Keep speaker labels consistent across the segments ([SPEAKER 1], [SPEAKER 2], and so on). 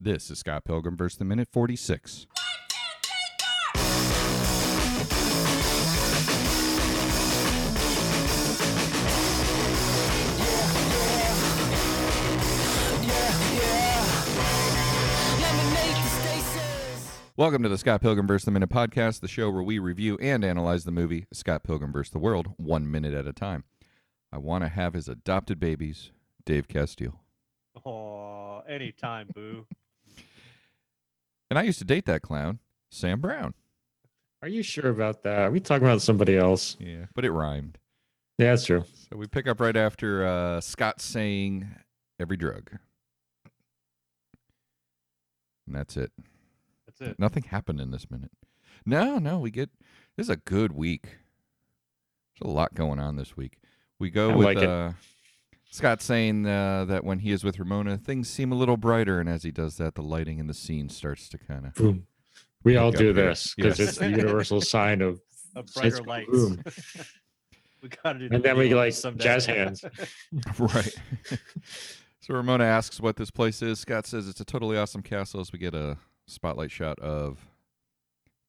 [SPEAKER 1] This is Scott Pilgrim versus the Minute 46. Welcome to the Scott Pilgrim vs. the Minute podcast, the show where we review and analyze the movie Scott Pilgrim vs. the World one minute at a time. I want to have his adopted babies, Dave Castile.
[SPEAKER 2] Oh, anytime, boo.
[SPEAKER 1] And I used to date that clown, Sam Brown.
[SPEAKER 3] Are you sure about that? Are we talking about somebody else?
[SPEAKER 1] Yeah. But it rhymed.
[SPEAKER 3] Yeah, that's true.
[SPEAKER 1] So we pick up right after uh, Scott saying every drug. And that's it.
[SPEAKER 2] That's it.
[SPEAKER 1] Nothing happened in this minute. No, no, we get this is a good week. There's a lot going on this week. We go
[SPEAKER 3] I
[SPEAKER 1] with
[SPEAKER 3] like it.
[SPEAKER 1] uh, Scott saying uh, that when he is with Ramona, things seem a little brighter, and as he does that, the lighting in the scene starts to kind of.
[SPEAKER 3] Boom. We
[SPEAKER 1] Pick
[SPEAKER 3] all
[SPEAKER 1] up
[SPEAKER 3] do
[SPEAKER 1] here.
[SPEAKER 3] this because
[SPEAKER 1] Yes.
[SPEAKER 3] it's a universal sign of
[SPEAKER 2] A
[SPEAKER 3] it's
[SPEAKER 2] brighter lights.
[SPEAKER 3] boom.
[SPEAKER 2] we got to do. the
[SPEAKER 3] And then we
[SPEAKER 2] video
[SPEAKER 3] like
[SPEAKER 2] someday.
[SPEAKER 3] jazz hands.
[SPEAKER 1] right. so Ramona asks what this place is. Scott says it's a totally awesome castle. As we get a spotlight shot of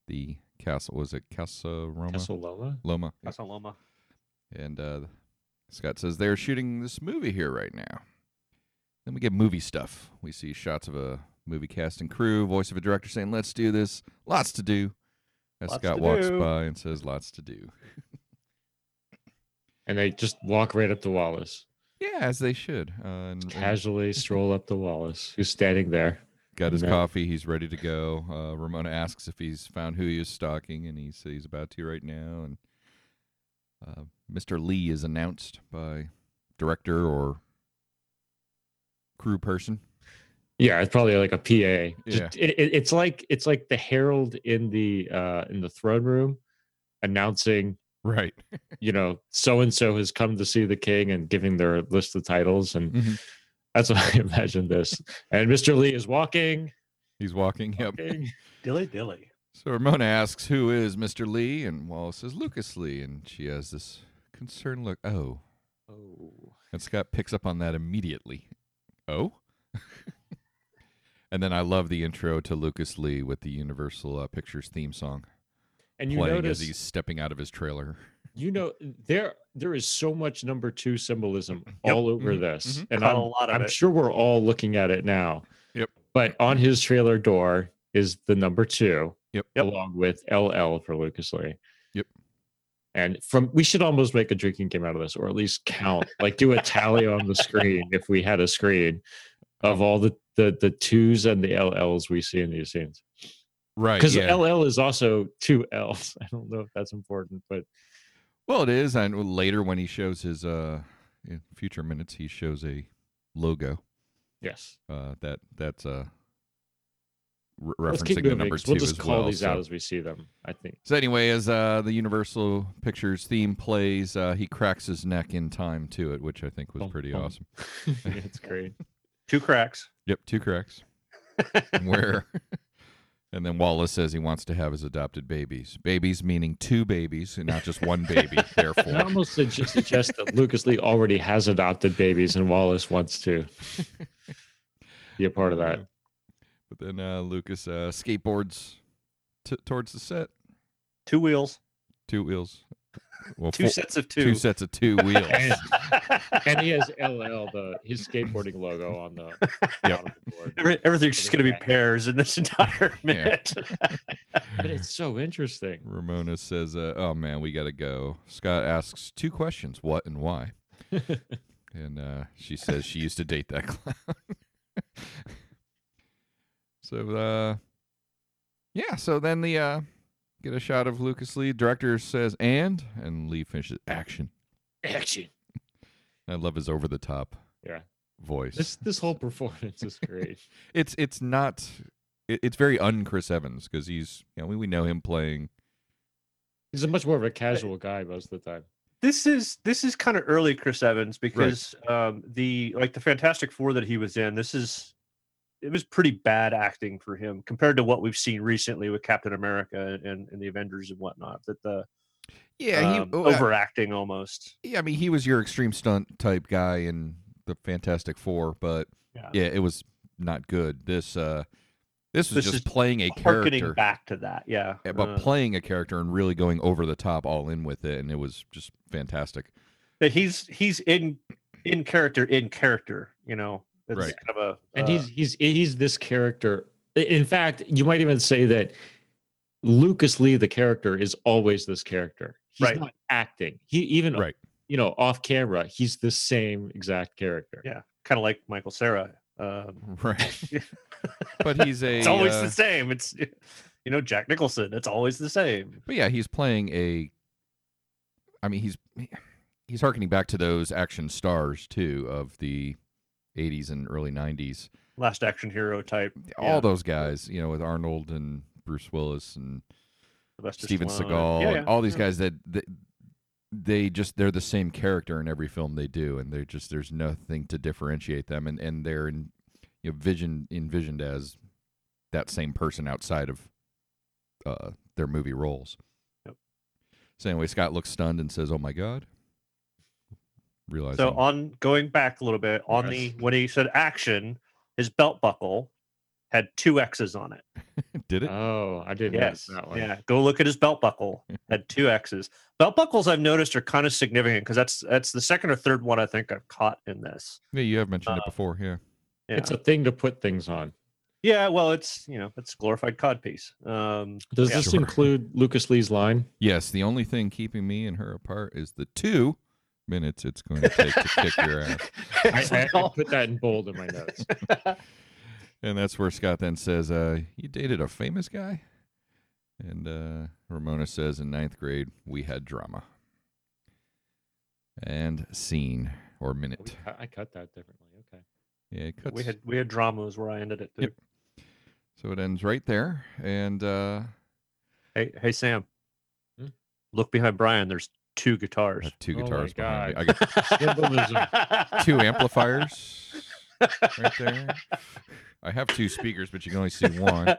[SPEAKER 1] the castle, was it Casa Roma?
[SPEAKER 3] Castle Loma?
[SPEAKER 1] Loma. yeah.
[SPEAKER 2] That's a Loma.
[SPEAKER 1] And uh, Scott says they're shooting this movie here right now. Then we get movie stuff. We see shots of a movie cast and crew, voice of a director saying, let's do this. Lots to do. As
[SPEAKER 2] Lots
[SPEAKER 1] Scott
[SPEAKER 2] to
[SPEAKER 1] walks
[SPEAKER 2] do.
[SPEAKER 1] by and says, lots to do.
[SPEAKER 3] And they just walk right up to Wallace,
[SPEAKER 1] Yeah, as they should. Uh, and, and
[SPEAKER 2] Mm-hmm.
[SPEAKER 3] casually stroll up to Wallace, who's standing there.
[SPEAKER 1] got his
[SPEAKER 3] No.
[SPEAKER 1] coffee. He's ready to go. Uh, Ramona asks if he's found who he is stalking, and he says he's about to right now. And uh, Mr. Lee is announced by director or crew person.
[SPEAKER 3] Yeah, it's probably like a PA. Just, it, it, it's like it's like the herald in the uh, in the throne room announcing,
[SPEAKER 1] Right.
[SPEAKER 3] you know, so and so has come to see the king and giving their list of titles, and
[SPEAKER 1] Mhm.
[SPEAKER 3] that's what I imagine this. And Mr. Lee is walking.
[SPEAKER 1] He's walking. Yep.
[SPEAKER 3] walking.
[SPEAKER 2] Dilly dilly.
[SPEAKER 1] So Ramona asks, "Who is Mr. Lee?" And Wallace says, "Lucas Lee." And she has this concerned look. Oh,
[SPEAKER 3] Oh.
[SPEAKER 1] and Scott picks up on that immediately. Oh. and then I love the intro to Lucas Lee with the Universal uh, Pictures theme song
[SPEAKER 3] and you
[SPEAKER 1] playing
[SPEAKER 3] notice
[SPEAKER 1] as he's stepping out of his trailer.
[SPEAKER 3] you know there there is so much number two symbolism
[SPEAKER 1] Yep.
[SPEAKER 3] all over
[SPEAKER 1] Mhm.
[SPEAKER 3] this
[SPEAKER 1] Mhm.
[SPEAKER 3] and
[SPEAKER 2] Caught
[SPEAKER 3] i'm,
[SPEAKER 2] a lot of
[SPEAKER 3] I'm
[SPEAKER 2] it.
[SPEAKER 3] sure we're all looking at it now
[SPEAKER 1] Yep.
[SPEAKER 3] but on his trailer door is the number two
[SPEAKER 1] Yep.
[SPEAKER 2] Yep.
[SPEAKER 3] along with ll for lucas lee
[SPEAKER 1] Yep.
[SPEAKER 3] and from we should almost make a drinking game out of this or at least count like do a tally on the screen if we had a screen of all the the, the twos and the lls we see in these scenes
[SPEAKER 1] Right.
[SPEAKER 3] because
[SPEAKER 1] yeah.
[SPEAKER 3] ll is also two l's i don't know if that's important but
[SPEAKER 1] well, it is. And later when he shows his uh, in future minutes, he shows a logo
[SPEAKER 3] yes
[SPEAKER 1] uh, that that's uh, re-
[SPEAKER 3] Let's keep
[SPEAKER 1] referencing the
[SPEAKER 3] moving,
[SPEAKER 1] number
[SPEAKER 3] 'cause
[SPEAKER 1] two
[SPEAKER 3] We'll just
[SPEAKER 1] as
[SPEAKER 3] call
[SPEAKER 1] well.
[SPEAKER 3] these
[SPEAKER 1] so-
[SPEAKER 3] out as we see them. I think.
[SPEAKER 1] So anyway, as uh, the Universal Pictures theme plays, uh, he cracks his neck in time to it, which I think was
[SPEAKER 3] Bum,
[SPEAKER 1] pretty
[SPEAKER 3] bum.
[SPEAKER 1] awesome.
[SPEAKER 3] it's great.
[SPEAKER 2] Two cracks.
[SPEAKER 1] Yep, two cracks. Where, and then Wallace says he wants to have his adopted babies. Babies meaning two babies and not just one baby.
[SPEAKER 3] I
[SPEAKER 1] therefore,
[SPEAKER 3] almost suggest, suggest that Lucas Lee already has adopted babies, and Wallace wants to be a part of that.
[SPEAKER 1] but then uh, Lucas uh, skateboards t- towards the set.
[SPEAKER 2] Two wheels.
[SPEAKER 1] Two wheels. Well,
[SPEAKER 2] Two
[SPEAKER 1] four-
[SPEAKER 2] sets of two.
[SPEAKER 1] two sets of two wheels.
[SPEAKER 3] And, and he has LL the his skateboarding logo on the bottom of the board.
[SPEAKER 2] Every- Everything's just going to be pairs in this entire minute.
[SPEAKER 3] But it's so interesting.
[SPEAKER 1] Ramona says, uh, "Oh man, we gotta go." Scott asks two questions: what and why. and uh, she says she used to date that clown. so, uh, yeah. So then the uh, get a shot of Lucas Lee. Director says, "And," and Lee finishes action.
[SPEAKER 3] Action.
[SPEAKER 1] I love his over the top,
[SPEAKER 3] Yeah.
[SPEAKER 1] voice.
[SPEAKER 3] This this whole performance is great.
[SPEAKER 1] it's it's not it, it's very un Chris Evans because he's you know we, we know him playing
[SPEAKER 3] He's a much more of a casual guy most of the time.
[SPEAKER 2] this is this is kind of early Chris Evans because um, the like the Fantastic Four that he was in. This is it was pretty bad acting for him compared to what we've seen recently with Captain America and, and the Avengers and whatnot. That the um,
[SPEAKER 1] oh, I-
[SPEAKER 2] overacting almost.
[SPEAKER 1] Yeah, I mean, he was your extreme stunt type guy in the Fantastic Four, but yeah,
[SPEAKER 2] Yeah.
[SPEAKER 1] it was not good. This uh, this was
[SPEAKER 2] This
[SPEAKER 1] just
[SPEAKER 2] is
[SPEAKER 1] playing a
[SPEAKER 2] Harkening
[SPEAKER 1] character,
[SPEAKER 2] back to that, yeah.
[SPEAKER 1] yeah,
[SPEAKER 2] Uh,
[SPEAKER 1] but playing a character and really going over the top, all in with it, and it was just fantastic.
[SPEAKER 2] that he's he's in in character in character you know that's
[SPEAKER 1] Right.
[SPEAKER 2] kind of a
[SPEAKER 3] and
[SPEAKER 2] uh,
[SPEAKER 3] he's he's he's this character. I- In fact, you might even say that Lucas Lee, the character, is always this character. He's
[SPEAKER 2] Right.
[SPEAKER 3] not acting. He even
[SPEAKER 1] Right.
[SPEAKER 3] you know off camera, he's the same exact character.
[SPEAKER 2] yeah kind of like michael sarah um,
[SPEAKER 1] Right. but he's a
[SPEAKER 2] it's always
[SPEAKER 1] uh,
[SPEAKER 2] the same it's you know jack nicholson it's always the same
[SPEAKER 1] But yeah, he's playing a. I mean, he's he's harkening back to those action stars too of the '80s and early '90s.
[SPEAKER 2] last action hero type
[SPEAKER 1] All
[SPEAKER 2] Yeah.
[SPEAKER 1] those guys, you know, with Arnold and Bruce Willis and
[SPEAKER 2] Sylvester
[SPEAKER 1] Steven
[SPEAKER 2] Stallone.
[SPEAKER 1] Seagal,
[SPEAKER 2] Yeah, yeah,
[SPEAKER 1] and all these
[SPEAKER 2] yeah.
[SPEAKER 1] guys that, that they just they're the same character in every film they do, and they're just there's nothing to differentiate them, and and they're in, you know, vision envisioned as that same person outside of uh, their movie roles.
[SPEAKER 2] Yep.
[SPEAKER 1] So anyway, Scott looks stunned and says, "Oh my god!" Realizing
[SPEAKER 2] so on going back a little bit on the
[SPEAKER 3] Yes.
[SPEAKER 2] when he said action his belt buckle had two x's on it
[SPEAKER 1] did it?
[SPEAKER 2] uh,
[SPEAKER 3] Oh, I didn't
[SPEAKER 2] Yes.
[SPEAKER 3] yes. that one.
[SPEAKER 2] Yeah. Go look at his belt buckle. Had two X's. Belt buckles I've noticed are kind of significant because that's that's the second or third one I think I've caught in this.
[SPEAKER 1] yeah, you have mentioned
[SPEAKER 2] uh,
[SPEAKER 1] it before. Yeah,
[SPEAKER 2] Yeah.
[SPEAKER 3] It's a thing to put things on.
[SPEAKER 2] yeah. Well, it's you know it's glorified codpiece. Um,
[SPEAKER 3] Does
[SPEAKER 2] Yeah.
[SPEAKER 3] this
[SPEAKER 1] Sure.
[SPEAKER 3] include Lucas Lee's line?
[SPEAKER 1] yes. The only thing keeping me and her apart is the two minutes it's going to take to kick your ass.
[SPEAKER 3] I, I, I put that in bold in my notes.
[SPEAKER 1] And that's where Scott then says, uh, "You dated a famous guy," and uh, Ramona says, "In ninth grade, we had drama." And scene or
[SPEAKER 3] We
[SPEAKER 1] minute,
[SPEAKER 3] cut- I cut that differently. Okay.
[SPEAKER 1] yeah, it cuts.
[SPEAKER 2] we had we had dramas where I ended it. Too.
[SPEAKER 1] Yep. so it ends right there. And uh,
[SPEAKER 2] Hey hey Sam,
[SPEAKER 3] Hmm?
[SPEAKER 2] look behind Brian. There's two
[SPEAKER 1] I
[SPEAKER 2] guitars.
[SPEAKER 1] have two
[SPEAKER 3] Oh my
[SPEAKER 1] guitars behind me.
[SPEAKER 3] God.
[SPEAKER 1] I got
[SPEAKER 3] Symbolism.
[SPEAKER 1] two amplifiers right there. I have two speakers, but you can only see one.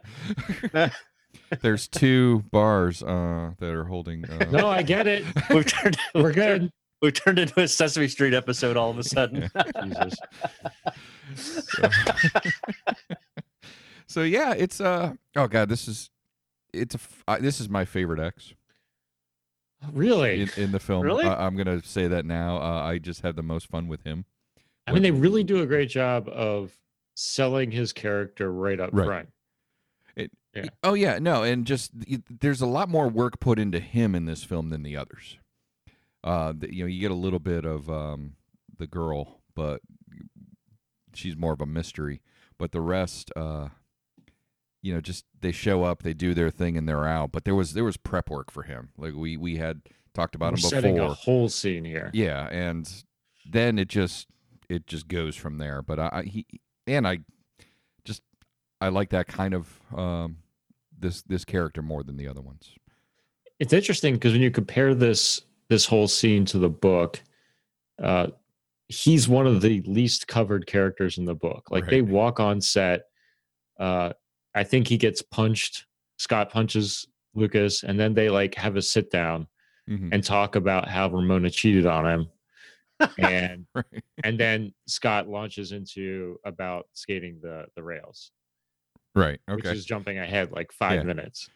[SPEAKER 1] There's two bars uh, that are holding. Uh,
[SPEAKER 3] No, I get it.
[SPEAKER 2] We've turned
[SPEAKER 3] We're good.
[SPEAKER 2] we've turned into a Sesame Street episode all of a sudden.
[SPEAKER 3] Jesus.
[SPEAKER 1] so, So, yeah, it's uh oh god, this is it's a f- I- this is my favorite X
[SPEAKER 3] Really?
[SPEAKER 1] in, in the film.
[SPEAKER 2] Really?
[SPEAKER 1] I, am gonna say that now. Uh, I just have the most fun with him.
[SPEAKER 3] I mean, they
[SPEAKER 1] What-
[SPEAKER 3] really do a great job of selling his character right up
[SPEAKER 1] Right.
[SPEAKER 3] front. Yeah.
[SPEAKER 1] Oh yeah, no, and just y- there's a lot more work put into him in this film than the others. Uh, th- you know, you get a little bit of um, the girl, but she's more of a mystery. But the rest, uh, you know, just they show up, they do their thing, and they're out. But there was there was prep work for him. Like we we had talked about
[SPEAKER 3] We're
[SPEAKER 1] him before.
[SPEAKER 3] setting a whole scene here.
[SPEAKER 1] Yeah, and then it just it just goes from there. But I, I he and I just I like that kind of um this this character more than the other ones.
[SPEAKER 3] It's interesting because when you compare this this whole scene to the book, uh, he's one of the least covered characters in the book. Like they
[SPEAKER 1] Right.
[SPEAKER 3] walk on set. Uh, I think he gets punched. Scott punches Lucas, and then they like have a sit down
[SPEAKER 1] Mhm.
[SPEAKER 3] and talk about how Ramona cheated on him. and
[SPEAKER 1] Right.
[SPEAKER 3] and then Scott launches into about skating the the rails,
[SPEAKER 1] Right.
[SPEAKER 3] which
[SPEAKER 1] Okay.
[SPEAKER 3] is jumping ahead like five
[SPEAKER 1] Yeah.
[SPEAKER 3] minutes.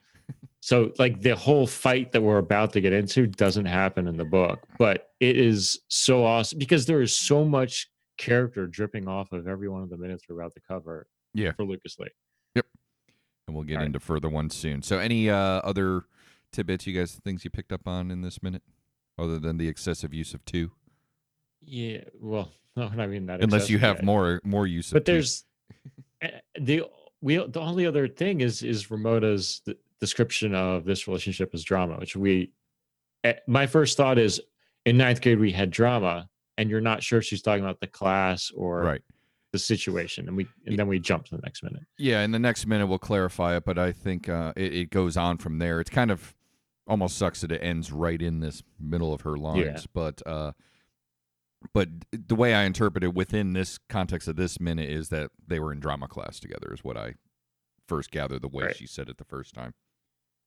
[SPEAKER 3] So like the whole fight that we're about to get into doesn't happen in the book, but it is so awesome because there is so much character dripping off of every one of the minutes we're about to cover.
[SPEAKER 1] Yeah.
[SPEAKER 3] for Lucas Lee.
[SPEAKER 1] and we'll get
[SPEAKER 3] All right.
[SPEAKER 1] into further ones soon. So any uh other tidbits you guys things you picked up on in this minute other than the excessive use of two?
[SPEAKER 3] Yeah, well, no, I mean that.
[SPEAKER 1] Unless you
[SPEAKER 3] excessive
[SPEAKER 1] have
[SPEAKER 3] yet.
[SPEAKER 1] more more use of
[SPEAKER 3] but
[SPEAKER 1] two.
[SPEAKER 3] there's eh, the we the only other thing is is Ramona's d- description of this relationship as drama, which we eh, my first thought is in ninth grade we had drama, and you're not sure if she's talking about the class or
[SPEAKER 1] right.
[SPEAKER 3] the situation, and we and then we jump to the next minute.
[SPEAKER 1] Yeah, in the next minute we'll clarify it, but I think uh, it, it goes on from there. It's kind of almost sucks that it ends right in this middle of her lines, but uh, but the way I interpret it within this context of this minute is that they were in drama class together, is what I first gathered the way
[SPEAKER 3] Right.
[SPEAKER 1] she said it the first time.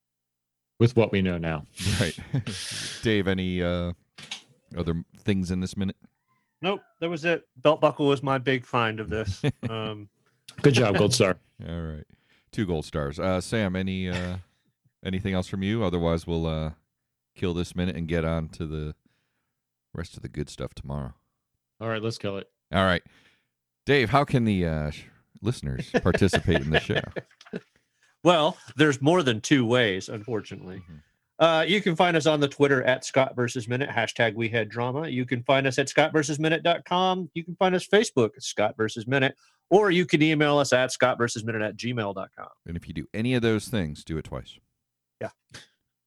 [SPEAKER 3] With what we know now,
[SPEAKER 1] Right, Dave. Any uh, other things in this minute?
[SPEAKER 2] Nope, that was it. Belt buckle was my big find of this. Um,
[SPEAKER 3] Good job, Gold Star.
[SPEAKER 1] All right, two gold stars. Uh, Sam, any uh, anything else from you? Otherwise, we'll uh, kill this minute and get on to the rest of the good stuff tomorrow.
[SPEAKER 3] All right, let's kill it.
[SPEAKER 1] All right, Dave, how can the uh, sh- listeners participate in the show?
[SPEAKER 2] Well, there's more than two ways, unfortunately.
[SPEAKER 1] Mhm.
[SPEAKER 2] Uh, you can find us on the Twitter at Scott versus Minute, hashtag we had drama. You can find us at Scott versus Minute.com. You can find us Facebook at Scott versus Minute, or you can email us at Scott versus Minute at gmail.com.
[SPEAKER 1] And if you do any of those things, do it twice.
[SPEAKER 2] Yeah.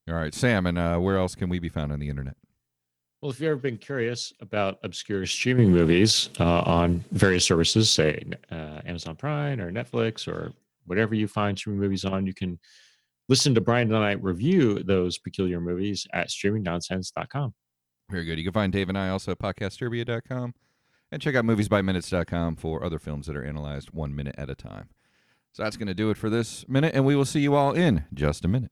[SPEAKER 1] All right, Sam, and uh, where else can we be found on the internet?
[SPEAKER 3] Well, if you've ever been curious about obscure streaming movies uh, on various services, say uh, Amazon Prime or Netflix or whatever you find streaming movies on, you can listen to Brian and I review those peculiar movies at streamingnonsense.com.
[SPEAKER 1] Very good. You can find Dave and I also at podcastturbia.com and check out moviesbyminutes.com for other films that are analyzed one minute at a time. So that's going to do it for this minute, and we will see you all in just a minute.